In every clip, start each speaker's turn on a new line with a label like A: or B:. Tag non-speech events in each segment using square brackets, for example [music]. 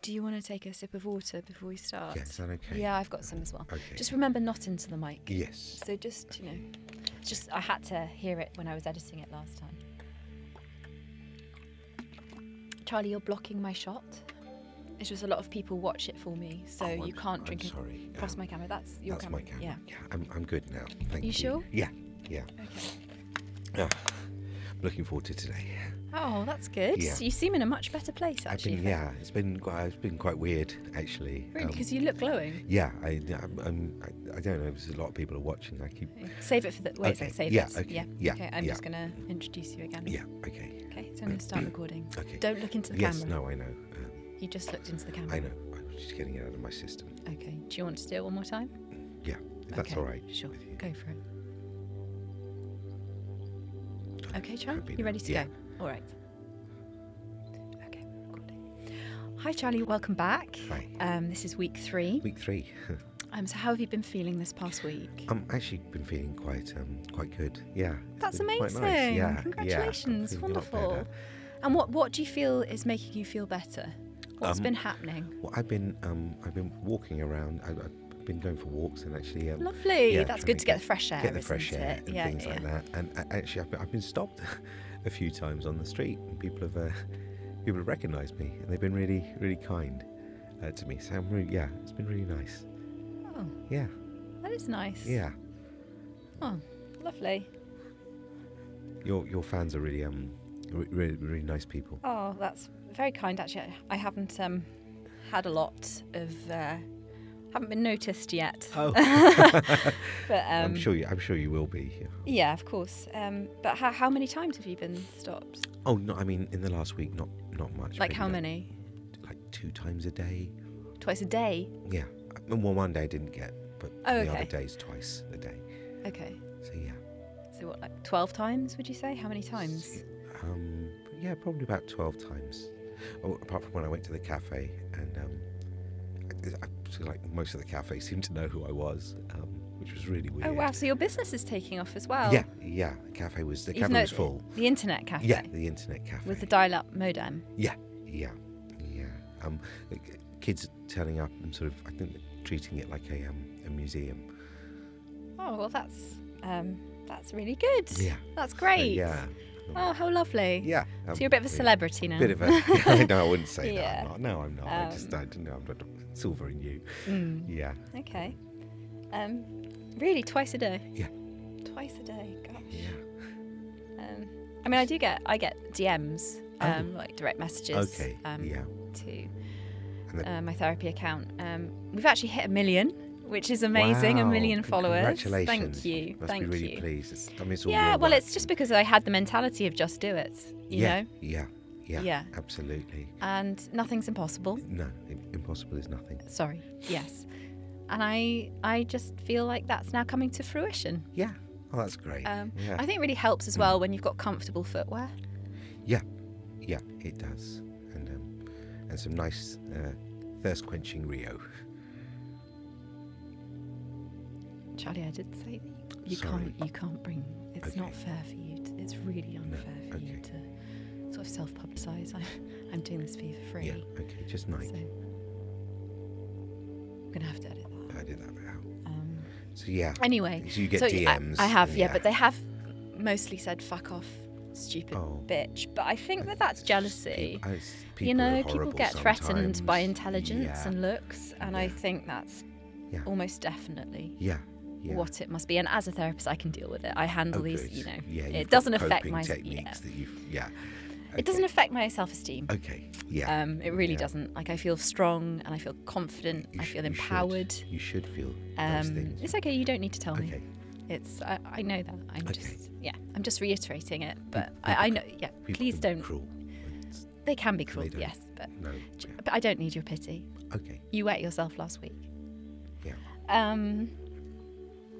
A: Do you want to take a sip of water before we start?
B: Yeah, is that okay?
A: Yeah, I've got some as well.
B: Okay.
A: Just remember not into the mic.
B: Yes.
A: So just, you know, it's just I had to hear it when I was editing it last time. Charlie, you're blocking my shot. It's just a lot of people watch it for me, so
B: Oh,
A: you
B: I'm-
A: can't
B: I'm
A: drink it
B: sorry.
A: across
B: Um,
A: my camera. That's your
B: That's
A: camera.
B: my camera.
A: Yeah.
B: I'm, I'm good now. Thank you.
A: You sure?
B: Yeah. Yeah.
A: Okay.
B: Ah, I'm looking forward to today.
A: Oh, that's good.
B: Yeah.
A: You seem in a much better place
B: I've
A: actually.
B: been, yeah, it's been quite, it's been quite weird actually. Um,
A: because you look glowing.
B: yeah, I, I'm, I'm, I- I don't know. There's a lot of people are watching. I keep.
A: Save it for the wait.
B: Okay,
A: Save
B: yeah,
A: it.
B: okay,
A: Yeah.
B: yeah,
A: Okay. I'm
B: yeah.
A: just gonna introduce you again.
B: Yeah. Okay.
A: Okay. So I'm gonna
B: [clears throat]
A: start recording.
B: Okay.
A: Don't look into the
B: yes.
A: camera.
B: No. I know. Um,
A: You just looked into the camera.
B: I know. I was just getting it out of my system.
A: Okay. Do you want to do it one more time?
B: Yeah. If that's
A: okay.
B: all right.
A: Sure.
B: with you.
A: Go for it. Okay, Charlie.
B: happy
A: You
B: now.
A: ready to
B: Yeah.
A: go? All right. Okay. recording. Hi, Charlie. Welcome back.
B: Hi.
A: Um, this is week three.
B: Week three. [laughs]
A: Um, so, how have you been feeling this past week?
B: I'm actually been feeling quite, um, quite good. Yeah. it's
A: That's
B: been quite
A: amazing.
B: nice. Yeah, Yeah. I'm
A: Congratulations.
B: feeling a lot better.
A: Wonderful. And what, what do you feel is making you feel better? What's
B: Um,
A: been happening?
B: Well, I've been um, I've been walking around. I, I've been going for walks and actually. Um,
A: Lovely.
B: yeah,
A: That's
B: trying
A: good to get the fresh air.
B: Get the
A: isn't
B: fresh air
A: it?
B: and
A: yeah,
B: things
A: yeah,
B: like
A: yeah.
B: that. And uh, actually, I've been, I've been stopped [laughs] a few times on the street, and people have uh, people have recognised me, and they've been really really kind uh, to me. So I'm really, yeah, it's been really nice.
A: Oh,
B: Yeah,
A: that is nice.
B: yeah.
A: Oh, lovely.
B: Your your fans are really um re- really really nice people.
A: Oh, that's very kind. Actually, I- I haven't um, had a lot of. Uh, haven't been noticed yet.
B: Oh,
A: But um,
B: I'm sure you I'm sure you will be. yeah.
A: Yeah, of course. Um, but how, how many times have you been stopped?
B: Oh no, I mean in the last week, not not much.
A: Like
B: maybe
A: how many?
B: Like two times a day.
A: Twice a day.
B: Yeah. I mean, Well, one day I didn't get, but
A: Oh,
B: the other
A: okay.
B: days twice a day.
A: Okay.
B: So yeah.
A: So what, like twelve times? Would you say? How many times?
B: Um, but yeah, probably about twelve times. Oh, apart from when I went to the cafe, and um, I, I, so, like most of the cafe seemed to know who I was, um, which was really weird.
A: Oh wow! So your business is taking off as well.
B: Yeah, yeah. The cafe was the
A: Even
B: cafe
A: though
B: was
A: it-
B: full.
A: The internet cafe.
B: Yeah, the internet cafe.
A: With the dial-up modem.
B: yeah, yeah, yeah. Um, the k- kids turning up and sort of, I think, treating it like a um, a museum.
A: Oh well, that's um, that's really good.
B: Yeah.
A: That's
B: So,
A: great.
B: yeah. um,
A: Oh, how lovely.
B: Yeah. um,
A: So you're a bit of a
B: yeah.
A: celebrity now.
B: Bit of a. [laughs] no, I wouldn't say
A: Yeah.
B: that. I'm not. No, I'm not. I just,
A: Um,
B: I don't know. I'm not silver and you.
A: Mm,
B: Yeah.
A: okay. Um, really, twice a day.
B: Yeah.
A: Twice a day. Gosh.
B: Yeah.
A: Um, I mean, I do get I get DMs,
B: Oh.
A: um, like direct messages.
B: Okay.
A: Um,
B: yeah.
A: To
B: And the-
A: uh, my therapy account. Um, we've actually hit a million, which is amazing. a
B: Wow,
A: million followers.
B: Congratulations.
A: Thank you.
B: Must
A: Thank
B: be really
A: you.
B: pleased. It's, I mean, it's all
A: Yeah.
B: your
A: Well,
B: work
A: it's just because I had the mentality of just do it. You
B: yeah,
A: know.
B: Yeah. Yeah.
A: Yeah.
B: Absolutely.
A: And nothing's impossible.
B: No, im- impossible is nothing.
A: Sorry. Yes. And I I just feel like that's now coming to fruition.
B: Yeah. Oh, that's great.
A: Um,
B: yeah.
A: I think it really helps as well when you've got comfortable footwear.
B: yeah. Yeah. It does. And um, and some nice uh, thirst quenching Rio.
A: Charlie, I did say you
B: Sorry.
A: can't you can't bring. It's not
B: Okay.
A: fair for you. To, it's really unfair for you
B: okay.
A: to sort of self-publicise. [laughs] I'm I'm doing this for you for free.
B: Yeah. Okay. Just nice.
A: So I'm gonna have to edit that.
B: I did that. Now.
A: Um,
B: So yeah.
A: anyway,
B: So you get
A: so I-
B: DMs.
A: I, have,
B: and
A: yeah, but they have mostly said "fuck off, stupid
B: Oh.
A: bitch." But I think that that's jealousy.
B: Peop- I s-
A: you
B: people are
A: know, people
B: horrible
A: get threatened by
B: sometimes.
A: intelligence
B: yeah.
A: and looks, and I
B: Yeah.
A: think that's
B: Yeah.
A: almost definitely
B: Yeah. Yeah.
A: what it must be. And as a therapist, I can deal with it. I handle
B: Oh,
A: these,
B: good.
A: you know.
B: Yeah, you've
A: it
B: got
A: doesn't affect
B: coping
A: my
B: techniques
A: yeah.
B: that you've, yeah.
A: It doesn't affect my self-esteem.
B: Okay. Yeah.
A: Um, it really
B: Yeah.
A: doesn't. Like I feel strong and I feel confident.
B: You
A: I
B: sh-
A: feel
B: you should-
A: empowered.
B: You should, feel those
A: Um,
B: things.
A: it's okay. You don't need to tell
B: Okay.
A: me. It's I, I know that. I'm
B: Okay.
A: just yeah. I'm just reiterating it. But
B: people
A: I, I
B: can-
A: know. Yeah.
B: People
A: Please
B: can
A: don't.
B: Be cruel. It's-
A: They can be cruel.
B: don't.
A: Yes. But
B: No.
A: but I don't need your pity.
B: yeah, Okay.
A: You wet yourself last week.
B: Yeah.
A: Um.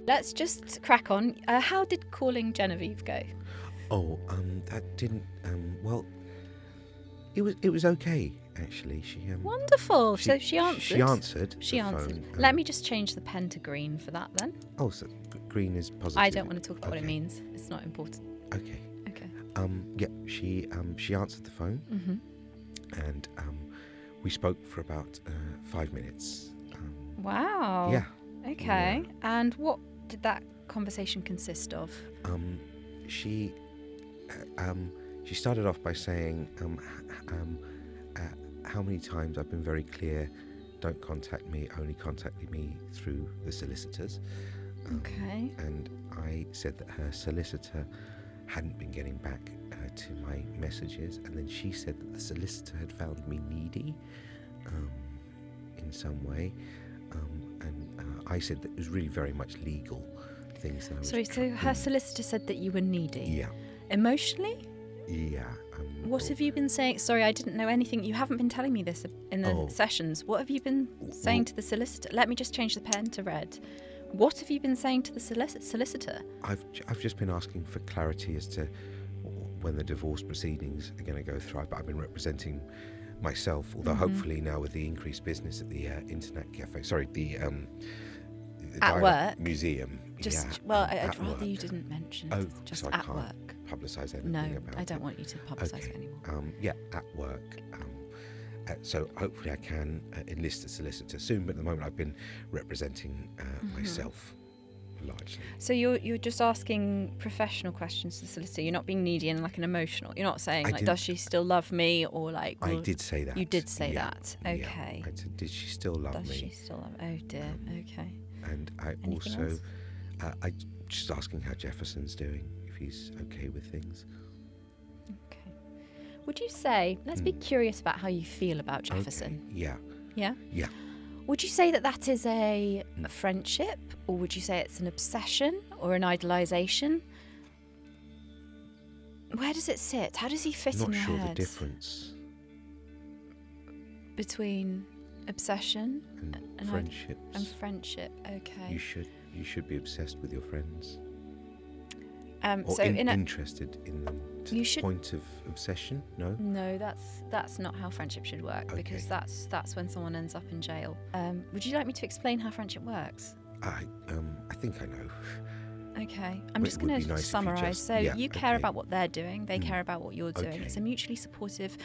A: Let's just crack on. Uh, how did calling Genevieve go?
B: Oh, um, that didn't. Um, well, it was. It was okay actually. She. Um,
A: Wonderful. so she answered.
B: She answered.
A: She
B: the
A: answered.
B: phone,
A: Let
B: um,
A: me just change the pen to green for that then.
B: Oh, so g- green is positive.
A: I don't want to talk about what
B: okay.
A: it means. It's not important.
B: Okay.
A: Okay. Mm-hmm.
B: Um, yeah, she um, she answered the phone, and um, We spoke for about uh, five minutes. Um,
A: Wow.
B: Yeah.
A: Okay. And what did that conversation consist of?
B: Um, she, uh, um, she started off by saying, um, h- h- um, uh, "How many times I've been very clear? Don't contact me. Only contact me through the solicitors." Um,
A: Okay.
B: And I said that her solicitor hadn't been getting back uh, to my messages, and then she said that the solicitor had found me needy um, in some way, um, and uh, I said that it was really very much legal things that I was.
A: Sorry, so
B: tra-
A: her
B: doing.
A: solicitor said that you were needy.
B: Yeah,
A: Emotionally?
B: yeah. Um,
A: What
B: oh,
A: have you been saying? Sorry, I didn't know anything. You haven't been telling me this in the
B: Oh.
A: sessions. What have you been saying
B: well-
A: to the solicitor? Let me just change the pen to red. What have you been saying to the solic- solicitor?
B: I've j- I've just been asking for clarity as to when the divorce proceedings are going to go through. But I've been representing myself, although
A: Mm-hmm.
B: hopefully now with the increased business at the uh, internet cafe, sorry, the um, the
A: At
B: dialect
A: work?
B: museum.
A: Just
B: yeah,
A: well,
B: um,
A: I, I'd
B: at
A: rather you
B: work.
A: didn't mention.
B: Oh,
A: it. just
B: so I
A: at
B: can't
A: work.
B: publicise anything
A: No,
B: about
A: I
B: it.
A: don't want you to publicise it anymore.
B: Um, yeah, at work. Um, uh, so hopefully I can uh, enlist a solicitor soon, but at the moment I've been representing uh,
A: Mm-hmm.
B: myself largely.
A: So you're you're just asking professional questions to the solicitor. You're not being needy and like an emotional. You're not saying
B: I
A: like,
B: didn't-
A: does she still love me or like?
B: I
A: will-
B: did say that.
A: You did say
B: yeah,
A: that.
B: yeah.
A: Okay.
B: I said, did she still love
A: Does
B: me? Um,
A: she still love? Oh dear. okay.
B: And I
A: Anything
B: also,
A: else?
B: uh, I just asking how Jefferson's doing, if he's okay with things.
A: Okay. Would you say? Let's be curious about how you feel about
B: Hmm. Okay,
A: Jefferson.
B: Yeah,
A: Yeah.
B: yeah.
A: Would you say that that is a
B: Hmm.
A: friendship, or would you say it's an obsession or an idolization? Where does it sit? How does he fit
B: I'm not
A: in your
B: sure
A: head?
B: the difference
A: between obsession
B: and
A: I-
B: friendships.
A: and friendship.
B: you
A: Okay.
B: should you should be obsessed with your friends
A: Um,
B: or
A: so
B: in-
A: in a,
B: interested in them to
A: You
B: the
A: should- Mm.
B: point of obsession. No.
A: no, that's that's not how friendship should work because
B: Okay.
A: that's that's when someone ends up in jail. Um, would you like me to explain how friendship works?
B: I um I think I know.
A: Okay,
B: Well,
A: I'm just
B: it would
A: going
B: be
A: to
B: nice if you
A: summarise.
B: just-
A: so
B: yeah,
A: you care
B: okay. Mm.
A: about what they're doing, they care about what you're doing.
B: Okay.
A: It's a mutually supportive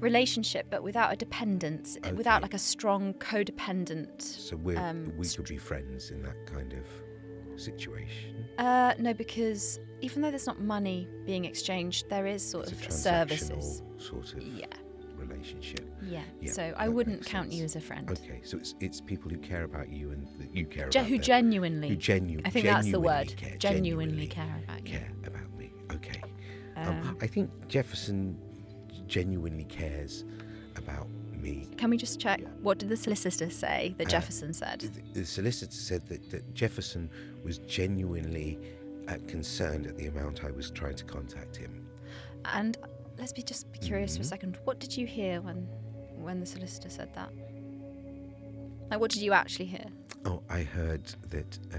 A: relationship, but without a dependence, uh, without
B: Okay.
A: like a strong codependent.
B: So we're,
A: Um,
B: we could be friends in that kind of situation.
A: Uh, no, because even though there's not money being exchanged, there is sort
B: It's a
A: of services.
B: transactional sort of
A: Yeah,
B: relationship.
A: yeah,
B: Yeah,
A: So I
B: that
A: wouldn't
B: makes
A: count you
B: sense.
A: as a friend.
B: Okay, so it's it's people who care about you and that you care
A: Ge-
B: about
A: who
B: them.
A: genuinely?
B: who genu-
A: I think that's the
B: genuinely
A: word.
B: care-
A: genuinely, care about you.
B: care about me. Okay.
A: Um,
B: Um, I think Jefferson genuinely cares about me.
A: Can we just check?
B: yeah.
A: What did the solicitor say that
B: Uh,
A: Jefferson said?
B: The, the solicitor said that, that Jefferson was genuinely uh, concerned at the amount I was trying to contact him.
A: And let's be just be curious
B: Mm-hmm.
A: for a second. What did you hear when when the solicitor said that? Like, what did you actually hear?
B: Oh, I heard that uh,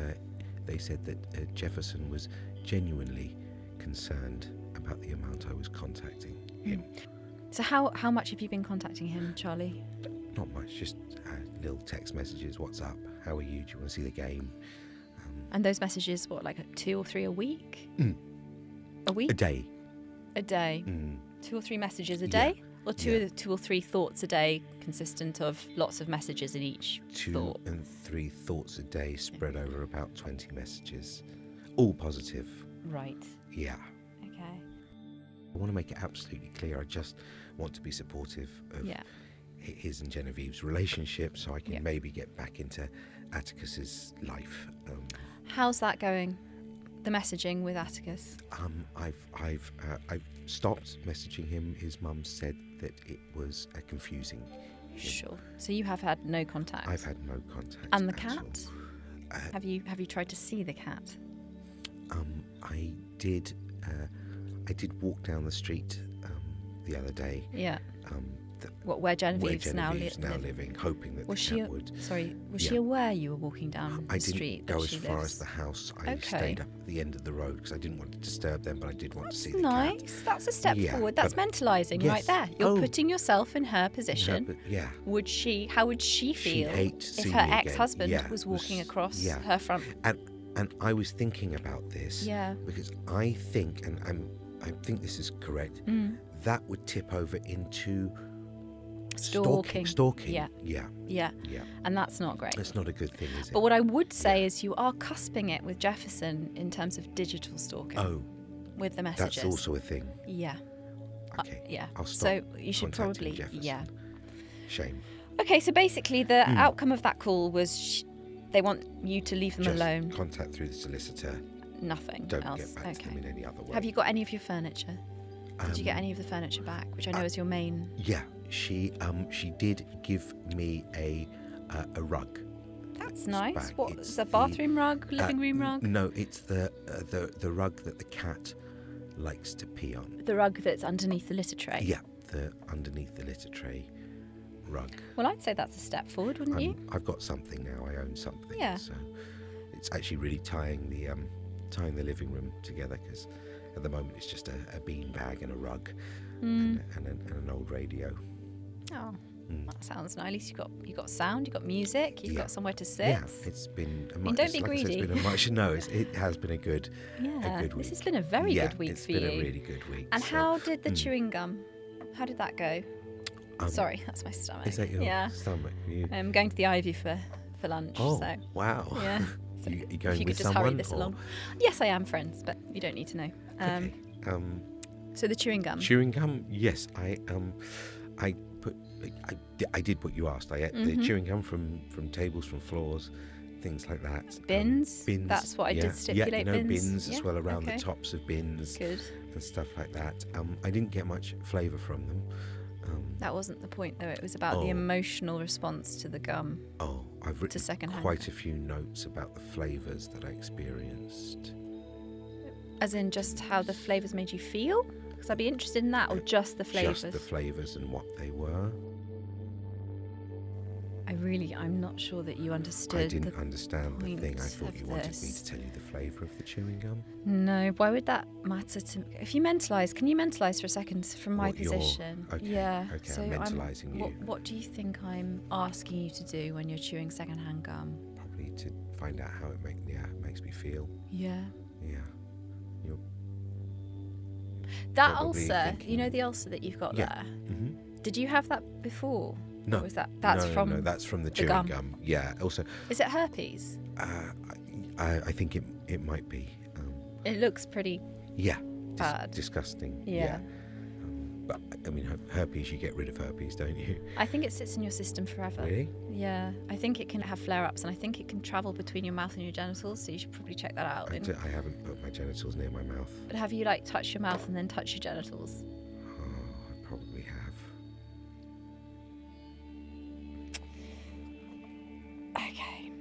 B: they said that uh, Jefferson was genuinely concerned about the amount I was contacting him.
A: So how how much have you been contacting him, Charlie?
B: Not much, just uh, little text messages. What's up? How are you? Do you want to see the game?
A: And those messages, what like two or three a week?
B: Mm.
A: A
B: A
A: week,
B: day.
A: a day,
B: Mm.
A: two or three messages a
B: Yeah.
A: day, or two
B: Yeah.
A: two or three thoughts a day, consistent of lots of messages in each
B: two
A: thought.
B: and three thoughts a day spread over about 20 messages. All positive.
A: Right.
B: Yeah.
A: Okay.
B: I want to make it absolutely clear. I just want to be supportive of
A: Yeah.
B: hi- his and Genevieve's relationship so I can
A: Yeah.
B: maybe get back into Atticus's life. Um,
A: How's that going? The messaging with Atticus.
B: um, I've, I've, uh, I've stopped messaging him. His mum said that it was uh, confusing.
A: Sure. So you have had no contact.
B: I've had no contact.
A: and the
B: at all.
A: cat?
B: Uh,
A: have you have you tried to see the cat?
B: Um, I did. Uh, I did walk down the street um, the other day.
A: Yeah.
B: Um, th-
A: What where
B: where
A: Genevieve's,
B: Genevieve's
A: now,
B: now,
A: li- li-
B: living, hoping that
A: Was
B: the
A: she
B: cat would.
A: sorry? Was she
B: Yeah.
A: aware you were walking down
B: I
A: the street?
B: didn't
A: that
B: go as
A: she
B: far
A: lives?
B: as the house. I stayed
A: Okay.
B: up at the end of the road because I didn't want to disturb them, but I did want
A: That's
B: to see the
A: nice.
B: cat.
A: That's a step
B: Yeah,
A: forward. That's
B: but-
A: mentalising right
B: yes.
A: there. You're
B: Oh.
A: putting yourself in her
B: Yeah,
A: position.
B: but yeah,
A: would she? How would she
B: she
A: feel
B: ate.
A: if
B: seeing
A: her
B: me again.
A: ex-husband
B: Yeah,
A: was walking
B: was-
A: across
B: yeah.
A: her front?
B: And and I was thinking about this
A: Yeah.
B: because I think, and
A: Mm.
B: I'm, I think this is correct. That would tip over into
A: stalking.
B: Stalking.
A: Yeah.
B: Yeah.
A: Yeah,
B: Yeah.
A: and that's not great.
B: That's not a good thing, is it?
A: But what I would say
B: Yeah.
A: is you are cusping it with Jefferson in terms of digital stalking
B: oh,
A: with the messages.
B: that's also a thing.
A: yeah, uh,
B: Okay.
A: yeah.
B: I'll
A: so
B: stop
A: you should
B: contacting
A: probably yeah.
B: Jefferson. Shame.
A: Okay, so basically the
B: Mm.
A: outcome of that call was sh- they want you to leave them
B: Just
A: alone,
B: contact through the solicitor.
A: nothing
B: Don't
A: else.
B: get back
A: okay.
B: to them in any other way.
A: Have you got any of your furniture? Did you get
B: Um,
A: any of the furniture back, which I know is your main?
B: Yeah, she um she did give me a uh, a rug.
A: That's
B: it's
A: nice.
B: back.
A: What
B: It's
A: is a
B: the,
A: bathroom rug,
B: Uh,
A: living room
B: n-
A: rug?
B: No, it's the uh, the the rug that the cat likes to pee on.
A: the rug that's underneath the litter tray.
B: Yeah, the underneath the litter tray rug.
A: Well, I'd say that's a step forward, wouldn't
B: I'm-
A: you?
B: I've got something now. I own something.
A: Yeah.
B: So it's actually really tying the um tying the living room together because at the moment it's just a, a bean bag and a rug
A: Mm.
B: and, and, an, and an old radio.
A: Oh,
B: Mm.
A: that sounds nice. At least you got you got sound, you got music, you've
B: Yeah.
A: got somewhere to sit.
B: Yeah, it's been. A mu-
A: mean, don't
B: it's-
A: be
B: like I said, it's
A: greedy.
B: been a much.
A: [laughs]
B: No, it's, it has been a good.
A: Yeah,
B: good
A: this has
B: week.
A: been a very
B: yeah,
A: good week
B: it's
A: for
B: been
A: you.
B: a really good week.
A: and
B: so,
A: how did the
B: mm.
A: chewing gum? How did that go?
B: um,
A: Sorry, [laughs] that's my stomach.
B: Is that your
A: Yeah,
B: stomach? You,
A: I'm going to the Ivy for for lunch.
B: oh, [laughs]
A: so
B: wow.
A: yeah. So
B: you, you
A: if
B: going
A: you could
B: with
A: just
B: someone?
A: hurry this
B: or-
A: along. Yes, I am friends, but you don't need to know. Um,
B: okay. um,
A: So the chewing gum.
B: chewing gum? Yes, I um, I put. I, di- I did what you asked. I ate
A: Mhm.
B: the chewing gum from from tables, from floors, things like that. um,
A: Bins?
B: bins.
A: That's what I did
B: yeah. Yeah, you
A: stipulate,
B: know,
A: bins.
B: bins,
A: Yeah,
B: as well around
A: okay.
B: the tops of bins
A: Good.
B: and stuff like that. Um, I didn't get much flavour from them. Um,
A: That wasn't the point, though. It was about the
B: Oh.
A: emotional response to the gum.
B: Oh, I've written
A: secondhand
B: quite a few notes about the flavours that I experienced.
A: As in, just how the flavours made you feel? Because I'd be interested in that, or just the flavours.
B: Uh, Just the flavours and what they were.
A: I really, I'm not sure that you understood.
B: I
A: the-
B: didn't understand the thing. I
A: point
B: thought
A: of
B: you wanted me
A: this.
B: to tell you the flavour of the chewing gum.
A: No, why would that matter to me? If you mentalise, can you mentalise for a second from my
B: What you're-
A: position?
B: okay,
A: yeah.
B: okay, I'm
A: so
B: mentalising you.
A: What, what do you think I'm asking you to do when you're chewing secondhand gum?
B: Probably to find out how it make yeah it makes me feel.
A: Yeah.
B: Yeah.
A: That
B: Probably
A: ulcer, you know
B: thinking-
A: the ulcer that you've got
B: Yeah.
A: there?
B: hmm
A: Did you have that before?
B: No.
A: Or was that, that's
B: no,
A: from,
B: no, that's from the,
A: the
B: chewing
A: gum.
B: gum. Yeah. Also,
A: is it herpes?
B: uh, I, I I think it it might be. Um,
A: It looks pretty
B: yeah. dis-
A: Bad.
B: disgusting.
A: Yeah.
B: Um, but I mean, her- herpes. You get rid of herpes, don't you?
A: I think it sits in your system forever.
B: Really?
A: Yeah, I think it can have flare ups and I think it can travel between your mouth and your genitals, so you should probably check that out.
B: I,
A: And-
B: d- I haven't put my genitals near my mouth.
A: but have you like touched your mouth and then touched your genitals?
B: Oh, I probably have.
A: Okay.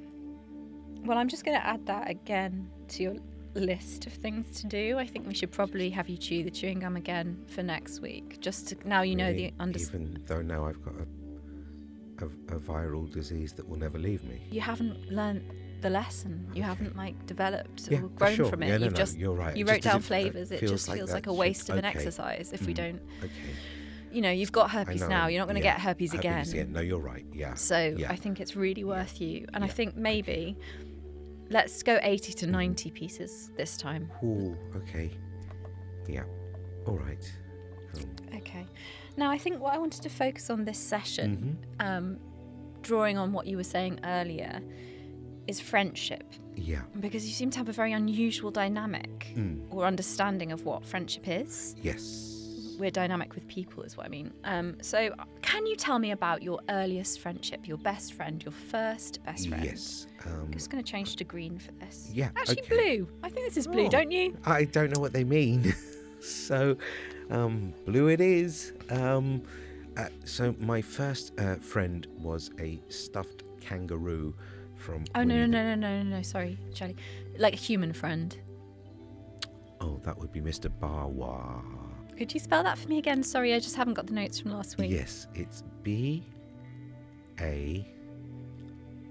A: Well, I'm just going to add that again to your list of things to do. I think we should probably have you chew the chewing gum again for next week, just to, now you know the
B: Really,
A: understanding.
B: Even though now I've got a, a, a viral disease that will never leave me.
A: You haven't learnt the lesson. You
B: Okay.
A: haven't like developed
B: Yeah,
A: or
B: for
A: grown
B: sure.
A: from it.
B: Yeah, no,
A: You've
B: no,
A: just
B: you're right.
A: you
B: It
A: wrote
B: just
A: down
B: doesn't- it
A: flavors. It
B: feels
A: just
B: like
A: feels
B: that
A: like a
B: should-
A: waste of an
B: okay.
A: exercise if we
B: Mm.
A: don't.
B: Okay.
A: You know, you've got
B: I
A: herpes
B: know,
A: now. You're not going to
B: yeah.
A: get herpes again.
B: No, you're right. Yeah.
A: So
B: Yeah.
A: I think it's really worth you. And I
B: Yeah.
A: think maybe let's go 80 to 90 pieces this time.
B: Ooh, okay. Yeah. All right. Um,
A: Okay. Now, I think what I wanted to focus on this session,
B: mhm.
A: um, drawing on what you were saying earlier, is friendship.
B: Yeah.
A: Because you seem to have a very unusual dynamic
B: Mm.
A: or understanding of what friendship is.
B: Yes.
A: We're dynamic with people, is what I mean. Um, so, can you tell me about your earliest friendship, your best friend, your first best friend?
B: Yes. Um,
A: I'm just going to change to green for this.
B: Yeah,
A: Actually,
B: okay.
A: blue. I think this is blue,
B: Oh.
A: don't you?
B: I don't know what they mean. [laughs] so, um, blue it is. Um, uh, so my first uh, friend was a stuffed kangaroo from.
A: Oh, no, no,
B: Winnie the-
A: no, no, no, no, no. Sorry, Charlie. Like a human friend.
B: Oh, that would be Mr. Barwa.
A: Could you spell that for me again? Sorry, I just haven't got the notes from last week.
B: Yes, it's B A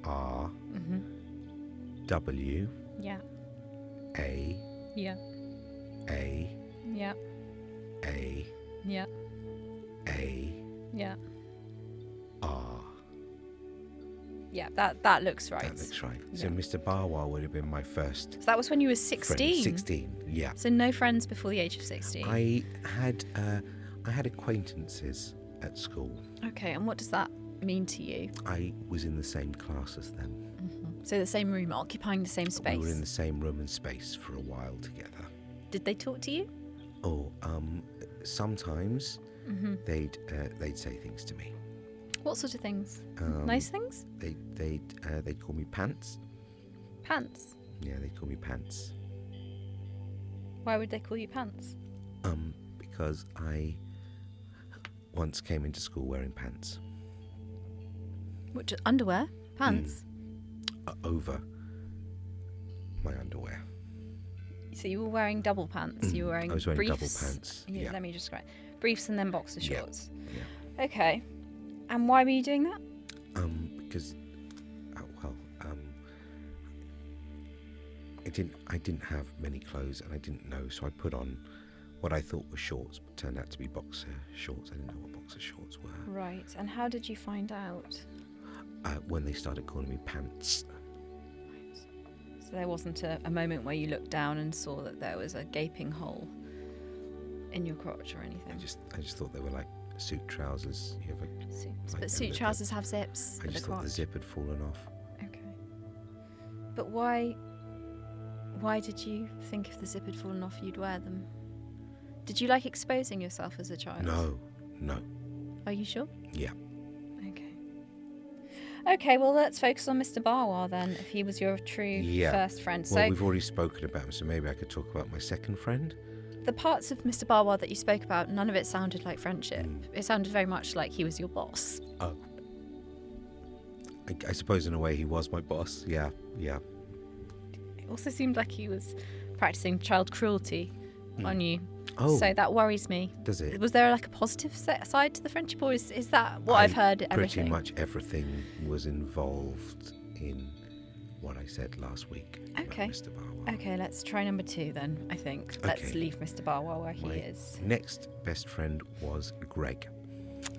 B: R
A: hmm
B: W
A: Yeah,
B: A
A: yeah,
B: A
A: yeah,
B: A
A: yeah,
B: A
A: yeah.
B: R.
A: Yeah, that, that looks right.
B: That looks right. So
A: Yeah.
B: Mr. Barwa would have been my first
A: So that was when you were
B: friend.
A: 16.
B: Sixteen. Yeah.
A: So no friends before the age of 16.
B: I had uh, I had acquaintances at school.
A: Okay, and what does that mean to you?
B: I was in the same class as them.
A: So the same room, occupying the same space.
B: We were in the same room and space for a while together.
A: Did they talk to you?
B: Oh, um, sometimes
A: Mm. Mm-hmm.
B: they'd uh, they'd say things to me.
A: What sort of things?
B: Um,
A: nice things?
B: They they uh, they'd call me pants.
A: Pants.
B: Yeah, they would call me pants.
A: Why would they call you pants?
B: Um, because I once came into school wearing pants
A: Which underwear?
B: Mm.
A: Pants.
B: uh, over my underwear.
A: So you were wearing double pants. You were wearing
B: Mm. I was wearing double
A: briefs-
B: pants,
A: you-
B: yeah.
A: Let me just write briefs and then boxer
B: Yeah,
A: shorts. Okay. And why were you doing that?
B: Um, because, uh, well, um, I didn't. I didn't have many clothes, and I didn't know, so I put on what I thought were shorts, but turned out to be boxer shorts. I didn't know what boxer shorts were.
A: Right. And how did you find out?
B: Uh, when they started calling me pants,
A: So there wasn't a, a moment where you looked down and saw that there was a gaping hole in your crotch or
B: I
A: anything.
B: just, I just thought they were like suit trousers. You ever?
A: Suits.
B: I
A: But
B: don't
A: suit
B: look
A: trousers have zips
B: I
A: for the
B: just thought the
A: crotch. Oh,
B: zip had fallen off.
A: Okay. But why? Why did you think if the zip had fallen off, you'd wear them? Did you like exposing yourself as a child?
B: No, no,
A: Are you sure?
B: yeah.
A: Okay. Okay, well, let's focus on Mr. Barwar then, if he was your true
B: Yeah.
A: first friend.
B: Well,
A: So,
B: we've already spoken about him, so maybe I could talk about my second friend.
A: the parts of Mr. Barwar that you spoke about, none of it sounded like friendship.
B: Mm.
A: It sounded very much like he was your boss.
B: Oh. I, I suppose in a way he was my boss. Yeah, yeah.
A: It also seemed like he was practicing child cruelty on you.
B: Mm. Oh,
A: So, that worries me.
B: does it?
A: Was there like a positive se- side to the friendship, or is, is that what
B: I-
A: I've heard?
B: Pretty
A: everything?
B: much everything was involved in what I said last week. about
A: Okay.
B: Mr. Barwell.
A: Okay, let's try number two then, I think. Let's
B: Okay.
A: leave Mr. Barwell where he
B: My
A: is.
B: Next best friend was Greg.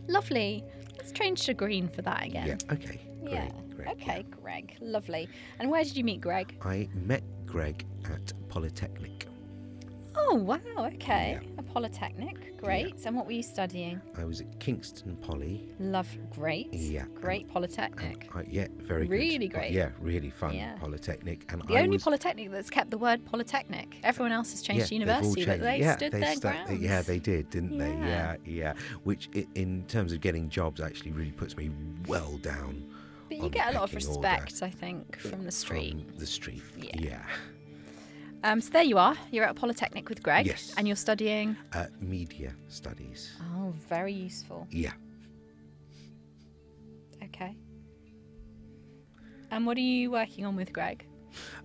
A: Lovely. Let's change to green for that again.
B: Yeah. Okay. Great.
A: Yeah.
B: Greg,
A: okay, Greg. Lovely. And where did you meet Greg?
B: yeah. I met Greg at Polytechnic.
A: Oh, wow. Okay. A polytechnic. Great. And what were you studying?
B: I was at Kingston Poly.
A: Love. Great.
B: Yeah, and-
A: Great
B: and
A: polytechnic.
B: I, yeah, very good.
A: Really
B: Pol-
A: great.
B: Yeah, really fun
A: Yeah.
B: polytechnic. And
A: the
B: I
A: only
B: was,
A: polytechnic that's kept the word polytechnic. Everyone else has changed
B: they've all
A: university, but
B: changed.
A: they
B: yeah,
A: stood
B: they
A: their
B: stuck-
A: ground.
B: they- yeah, they did, didn't they?
A: Yeah.
B: Yeah, yeah. Which, i- in terms of getting jobs, actually really puts me well down.
A: But you
B: on the
A: get a lot of
B: pecking order
A: respect, I think, from the street.
B: From the street.
A: Yeah.
B: Yeah.
A: Um, so there you are. You're at Polytechnic with Greg.
B: Yes.
A: And you're studying.
B: Uh, media studies.
A: Oh, very useful.
B: Yeah.
A: Okay. And what are you working on with Greg?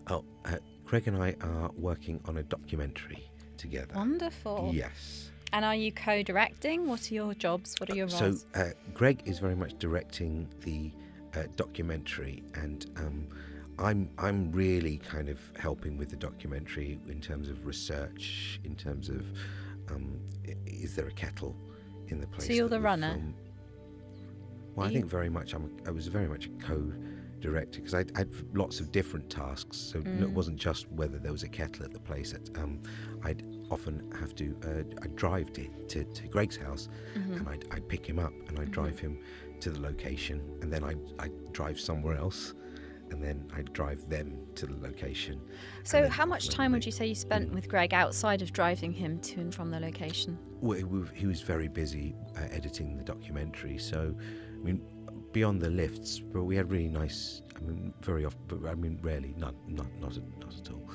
B: Oh, uh, Greg and I are working on a documentary together.
A: Wonderful.
B: Yes.
A: And are you co-directing? What are your jobs? What are your
B: So
A: roles?
B: uh, Greg is very much directing the uh, documentary, and um, I'm I'm really kind of helping with the documentary in terms of research, in terms of um, i- is there a kettle in the place?
A: you're
B: that
A: the
B: we
A: runner?
B: film? Well,
A: Are
B: I think very much. I'm, I was very much a co-director because I had lots of different tasks, so no, it
A: Mm.
B: wasn't just whether there was a kettle at the place. At, um, I'd often have to. Uh, I'd drive to, to, to Greg's house,
A: Mm-hmm.
B: and I'd, I'd pick him up, and I'd drive him to the location, and then I'd, I'd drive somewhere else, and then I'd drive them to the location.
A: So, how much time would you say you spent with Greg outside of driving him to and from the location?
B: Well, he was- he was very busy uh, editing the documentary, so I mean, beyond the lifts, but we had really nice. I mean, very often, but I mean, rarely, not not not at, not at all.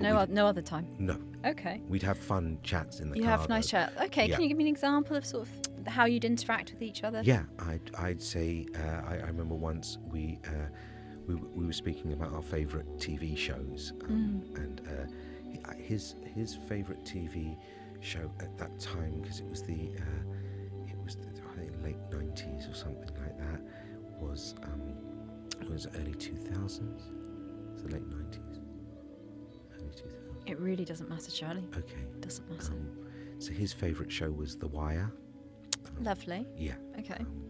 A: No, oth- no other time.
B: No,
A: Okay.
B: we'd have fun chats in the
A: You
B: car.
A: have nice
B: though.
A: chat. Okay.
B: Yeah.
A: Can you give me an example of sort of how you'd interact with each other?
B: Yeah, I'd, I'd say uh, I, I remember once we, uh, we w- we were speaking about our favourite TV shows, um, and uh, hi- his his favourite TV show at that time because it was the uh, it was the, I think late nineties or something like that was um, was it early two thousands, the late nineties, early two thousands.
A: It really doesn't matter, Charlie.
B: Okay,
A: It doesn't matter.
B: um, so his favourite show was The Wire. Um,
A: Lovely.
B: Yeah.
A: Okay.
B: Um,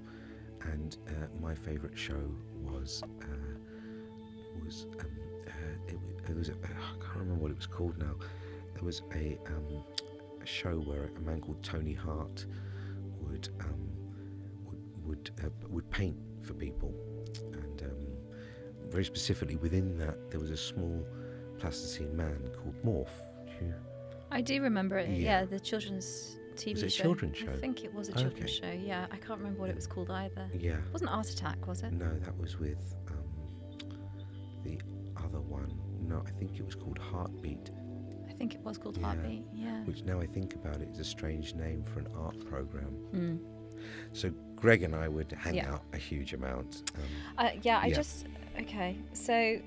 B: and uh, my favourite show was uh, was um, uh, it, wa- it was uh, I can't remember what it was called now. There was a, um, a show where a man called Tony Hart would um, would uh, p- would paint for people, and um, very specifically within that there was a small plasticine man called Morph. Do you-
A: I do remember it. Yeah,
B: Yeah.
A: the children's TV
B: Was it a
A: show.
B: children's
A: I
B: show?
A: think it was a
B: Okay.
A: children's show. Yeah, I can't remember what it was called either.
B: yeah.
A: It wasn't Art Attack, was it?
B: No, that was with um, the other one. No, I think it was called Heartbeat,
A: I think it was called
B: Yeah.
A: Heartbeat. Yeah.
B: which now I think about it is a strange name for an art program.
A: Mm.
B: So Greg and I would hang
A: Yeah.
B: out a huge amount. Um,
A: Uh, yeah, I
B: Yeah.
A: just okay. So,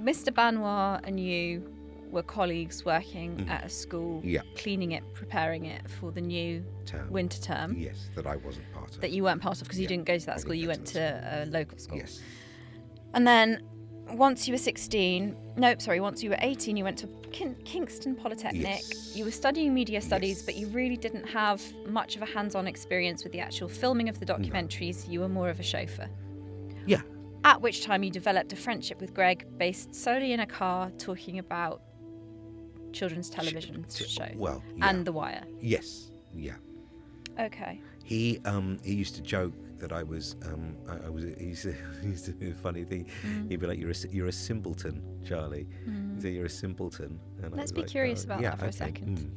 A: Mr. Banoir and you were colleagues working
B: Mhm.
A: at a school,
B: yeah,
A: cleaning it, preparing it for the new
B: term.
A: winter term
B: Yes, that I wasn't part of.
A: that you weren't part of because you
B: Yeah,
A: didn't go to
B: I
A: that school.
B: didn't
A: You
B: go
A: went
B: to
A: to a local school.
B: Yes.
A: And then, once you were sixteen, nope, sorry, once you were eighteen, you went to Kin- Kingston Polytechnic.
B: Yes.
A: You were studying media studies, but
B: Yes.
A: you really didn't have much of a hands-on experience with the actual filming of the documentaries. You were more of a chauffeur.
B: Yeah.
A: At which time you developed a friendship with Greg based solely in a car talking about children's television
B: Sh-
A: show
B: Well, yeah.
A: and The Wire.
B: yes, yeah.
A: Okay.
B: He um he used to joke that I was um I, I was he used, to, [laughs] he used to do a funny thing.
A: Mm.
B: He'd be like, "You're a si- you're a simpleton, Charlie." He'd say, "You're a simpleton." And I
A: Let's
B: was
A: be
B: like,
A: curious
B: "Oh,
A: about
B: yeah,
A: that for a
B: okay,
A: second."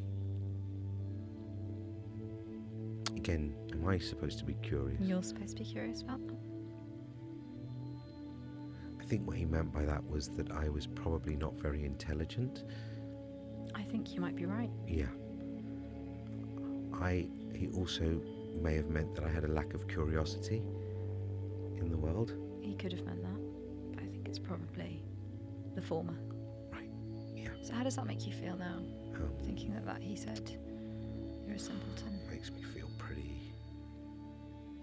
B: mm." Again, am I supposed to be curious?
A: You're supposed to be curious about that.
B: I think what he meant by that was that I was probably not very intelligent.
A: I think you might be right.
B: Yeah. I he also may have meant that I had a lack of curiosity in the world.
A: He could have meant that. But I think it's probably the former.
B: Right. Yeah.
A: So how does that make you feel now,
B: Um,
A: thinking that, that he said you're a simpleton?
B: makes me feel pretty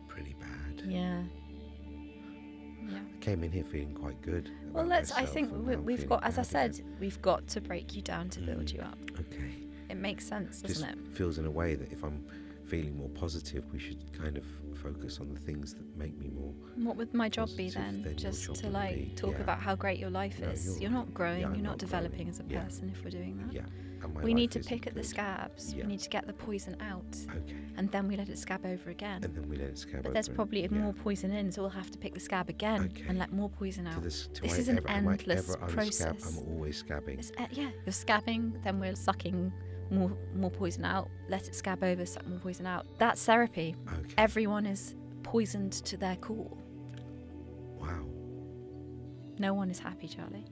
B: pretty bad.
A: Yeah. Yeah.
B: I came in here feeling quite good.
A: Well,
B: about
A: let's. I
B: myself,
A: think
B: and now
A: we,
B: I'm
A: we've
B: feeling
A: got, as I
B: bad
A: said,
B: again.
A: we've got to break you down to build
B: Mm.
A: you up.
B: Okay.
A: It makes sense, doesn't
B: Just
A: it?
B: feels in a way that if I'm feeling more positive, we should kind of focus on the things that make me more.
A: What would my job be
B: positive,
A: then?
B: then your
A: Just
B: job
A: to
B: would
A: like
B: be-
A: talk
B: yeah.
A: about how great your life
B: No,
A: is.
B: you're
A: You're not growing.
B: Yeah, I'm
A: you're not,
B: not growing.
A: developing as a
B: Yeah.
A: person if we're doing that.
B: Yeah. And my
A: we need
B: life
A: to
B: isn't
A: pick at the
B: good.
A: scabs.
B: Yeah.
A: We need to get the poison out,
B: Okay.
A: and then we let it scab over again.
B: And then we let it scab
A: but there's
B: over and-
A: probably
B: yeah.
A: more poison in, so we'll have to pick the scab again
B: Okay.
A: and let more poison
B: To
A: out.
B: this, to
A: This
B: I
A: is an
B: ever, am I
A: endless
B: ever unscab?
A: process.
B: I'm always scabbing.
A: It's, uh, yeah, you're scabbing, then we're sucking more more poison out. Let it scab over, suck more poison out. That's therapy.
B: Okay.
A: Everyone is poisoned to their core.
B: wow.
A: No one is happy, Charlie.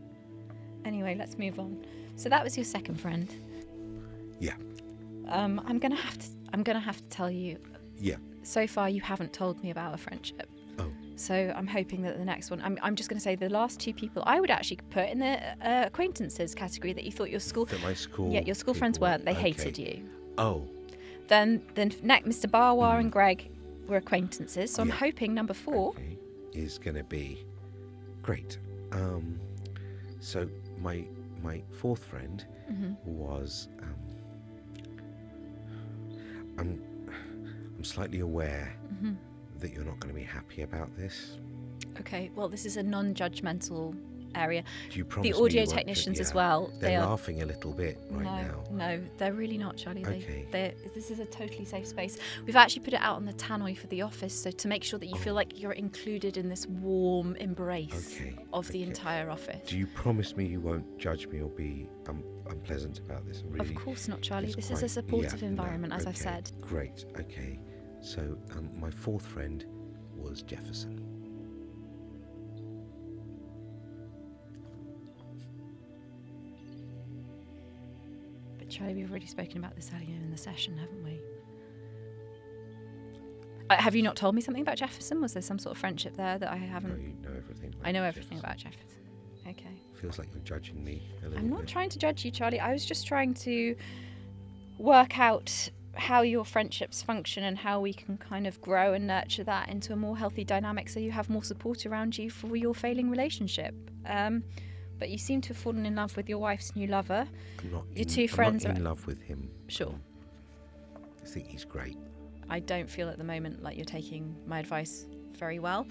A: Anyway, let's move on. So that was your second friend.
B: Yeah.
A: Um, I'm gonna have to. I'm gonna have to tell you.
B: Yeah.
A: So far, you haven't told me about a friendship.
B: Oh.
A: So I'm hoping that the next one. I'm, I'm just gonna say the last two people I would actually put in the uh, acquaintances category that you thought your school.
B: That my school.
A: yeah, your school friends
B: people-
A: weren't. They
B: okay.
A: hated you.
B: Oh.
A: Then then next, Mr. Barwar and Greg were acquaintances. So I'm
B: Yeah.
A: hoping number four.
B: okay, is going to be great. Um, so my my fourth friend
A: Mm-hmm.
B: was. Um, I'm I'm slightly aware
A: Mm-hmm.
B: that you're not going to be happy about this.
A: Okay. Well, this is a non-judgmental area.
B: Do you promise
A: the
B: me you
A: audio
B: won't-
A: technicians as
B: yeah.
A: well.
B: They're
A: They are
B: laughing a little bit right
A: no,
B: now.
A: no, they're really not, Charlie. They,
B: Okay.
A: they're, this is a totally safe space. We've actually put it out on the tannoy for the office, so to make sure that you feel like you're included in this warm embrace
B: Okay,
A: of the
B: okay.
A: entire office.
B: Do you promise me you won't judge me or be um, unpleasant about this? Really,
A: of course not, Charlie.
B: It's
A: This is
B: quite-
A: a
B: yeah,
A: supportive
B: no,
A: environment, as I've
B: okay,
A: said.
B: Great. Okay. So um, my fourth friend was Jefferson.
A: But Charlie, we've already spoken about this earlier in the session, haven't we? Uh, have you not told me something about Jefferson? Was there some sort of friendship there that I
B: No,
A: haven't?
B: Oh, you know everything. About
A: I know everything about
B: Jefferson.
A: Jefferson. Okay.
B: Feels like you're judging me a little
A: I'm not
B: bit.
A: trying to judge you, Charlie. I was just trying to work out how your friendships function and how we can kind of grow and nurture that into a more healthy dynamic so you have more support around you for your failing relationship. Um, but you seem to have fallen in love with your wife's new lover.
B: I'm not
A: Your
B: in-
A: two
B: I'm not
A: friends are-
B: in love with him. Um,
A: Sure.
B: I think he's great.
A: I don't feel at the moment like you're taking my advice very well,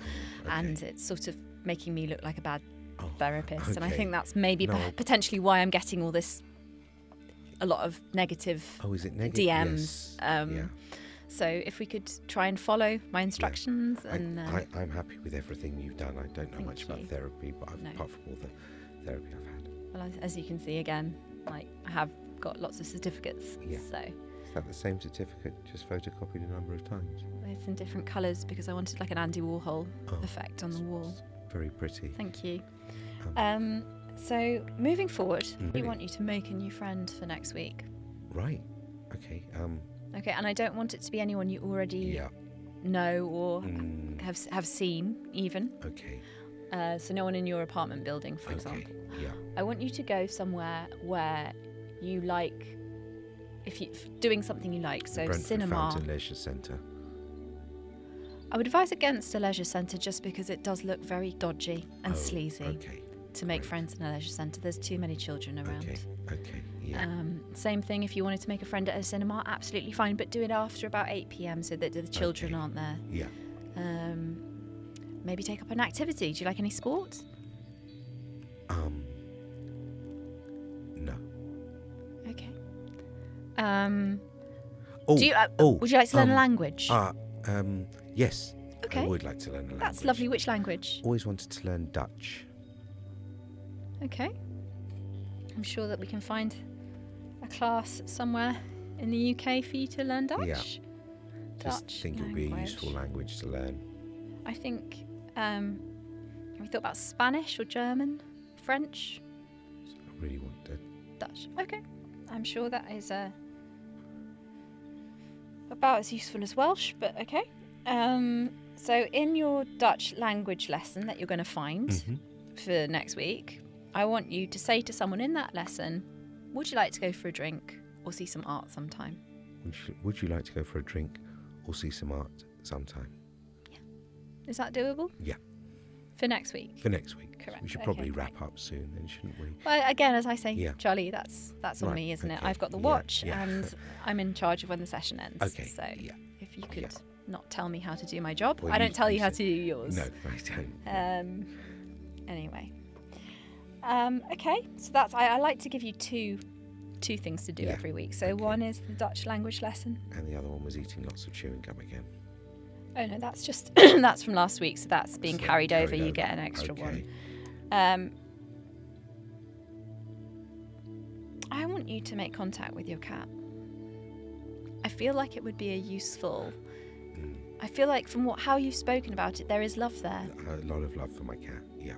A: and it's sort of making me look like a bad
B: Oh,
A: therapist. And I
B: okay.
A: think that's maybe
B: No.
A: p- potentially why I'm getting all this a lot of negative
B: Oh, is it negative?
A: DMs.
B: Yes.
A: Um,
B: yeah.
A: So if we could try and follow my instructions
B: I,
A: and uh,
B: I, I'm happy with everything you've done. I don't know
A: Thank
B: much about
A: you.
B: therapy, but I've,
A: No.
B: apart from all the therapy I've had,
A: well, as- as you can see again, like I have got lots of certificates.
B: Yeah.
A: So
B: is that the same certificate just photocopied a number of times?
A: it's in different colours because I wanted like an Andy Warhol
B: Oh,
A: effect on the wall.
B: very pretty.
A: Thank you.
B: Um,
A: Um, so moving forward, we
B: Brilliant.
A: want you to make a new friend for next week.
B: Right. Okay. Um.
A: Okay, and I don't want it to be anyone you already
B: Yeah.
A: know or
B: Mm,
A: have have seen even.
B: okay.
A: Uh, so no one in your apartment building, for example.
B: Okay. Yeah.
A: I want you to go somewhere where you like, if you if doing something you like. So
B: Brentford
A: cinema.
B: Fountain Leisure Centre.
A: I would advise against a leisure centre just because it does look very dodgy and
B: Oh,
A: sleazy
B: Okay.
A: to make
B: great.
A: friends in a leisure centre. There's too many children around.
B: Okay. Okay. Yeah.
A: Um, same thing if you wanted to make a friend at a cinema, absolutely fine, but do it after about 8 p.m. so that the children
B: Okay.
A: aren't there.
B: yeah.
A: Um, maybe take up an activity. Do you like any sports?
B: Um. No.
A: Okay. Um,
B: Oh.
A: do you, uh,
B: oh,
A: would you like to learn a
B: um,
A: language?
B: Ah. um. Yes. I
A: okay.
B: would like to learn a language.
A: That's lovely. Which language?
B: Always wanted to learn Dutch.
A: Okay. I'm sure that we can find a class somewhere in the UK for you to learn Dutch.
B: Yeah. Just
A: Dutch
B: think it would be a useful
A: language.
B: language to learn.
A: I think. Um, have you thought about Spanish or German, French,
B: I really want to.
A: Dutch? Okay, I'm sure that is uh, about as useful as Welsh, but okay. Um, so, in your Dutch language lesson that you're going to find
B: Mhm.
A: for next week, I want you to say to someone in that lesson, "Would you like to go for a drink or see some art sometime?"
B: Would you, would you like to go for a drink or see some art sometime?
A: Is that doable
B: Yeah.
A: for next week?
B: For next week.
A: Correct,
B: We should
A: okay,
B: probably
A: great.
B: wrap up soon, then, shouldn't we?
A: Well, again, as I say,
B: Yeah.
A: Charlie, that's that's on
B: Right,
A: me, isn't it?
B: okay,
A: I've got the
B: yeah,
A: watch,
B: yeah. [laughs]
A: and I'm in charge of when the session ends.
B: Okay.
A: So
B: yeah.
A: if you
B: yeah.
A: could not tell me how to do my job,
B: Well,
A: I
B: you-
A: don't tell
B: you
A: you how
B: said-
A: to do yours.
B: No, I don't.
A: Um. Anyway. Um. Okay. So that's I, I like to give you two two things to do
B: Yeah,
A: every week. So
B: okay.
A: one is the Dutch language lesson.
B: And the other one was eating lots of chewing gum again.
A: Oh no, that's just [clears throat] that's from last week. So that's being
B: So,
A: carried, over.
B: carried
A: You
B: over,
A: get an extra one.
B: okay.
A: Um, I want you to make contact with your cat. I feel like it would be a useful.
B: Mm.
A: I feel like from what how you've spoken about it, there is love there.
B: A lot of love for my cat. Yeah.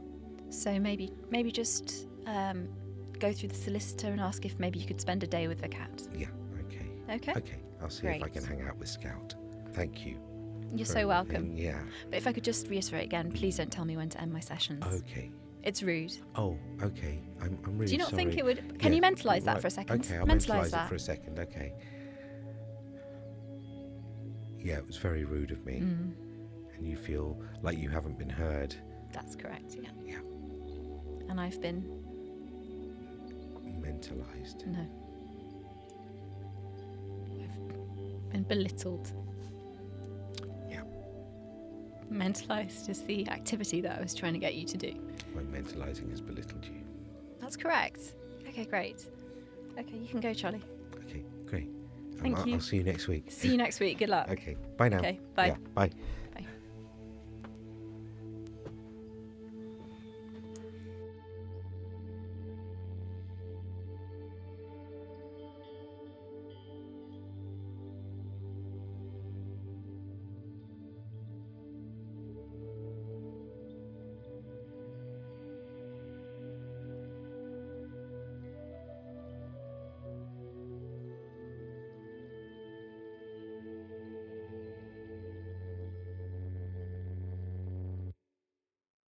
A: So maybe maybe just um, go through the solicitor and ask if maybe you could spend a day with the cat.
B: Yeah. Okay.
A: Okay,
B: Okay. I'll see if I
A: Great.
B: can hang out with Scout. Thank you.
A: you're
B: for
A: so welcome.
B: everything. Yeah.
A: But if I could just reiterate again, please don't tell me when to end my sessions.
B: Okay.
A: It's rude.
B: Oh, okay. I'm, I'm really
A: Do you not think
B: sorry.
A: it would? Can
B: Yeah,
A: you mentalise that
B: right,
A: for a second?
B: Okay, I'll mentalise
A: mentalise
B: it
A: that.
B: for a second. Okay. Yeah, it was very rude of me,
A: Mm,
B: and you feel like you haven't been heard.
A: that's correct. Yeah.
B: Yeah.
A: And I've been
B: Mentalized.
A: no. I've been belittled.
B: Yeah.
A: Mentalised is the activity that I was trying to get you to do.
B: My mentalizing has belittled you.
A: That's correct. Okay, great. Okay, you can go, Charlie.
B: Okay, great. Um,
A: Thank
B: I'll,
A: you.
B: I'll see you next week.
A: See you next week. Good luck.
B: Okay, bye now.
A: Okay, bye.
B: Yeah, bye.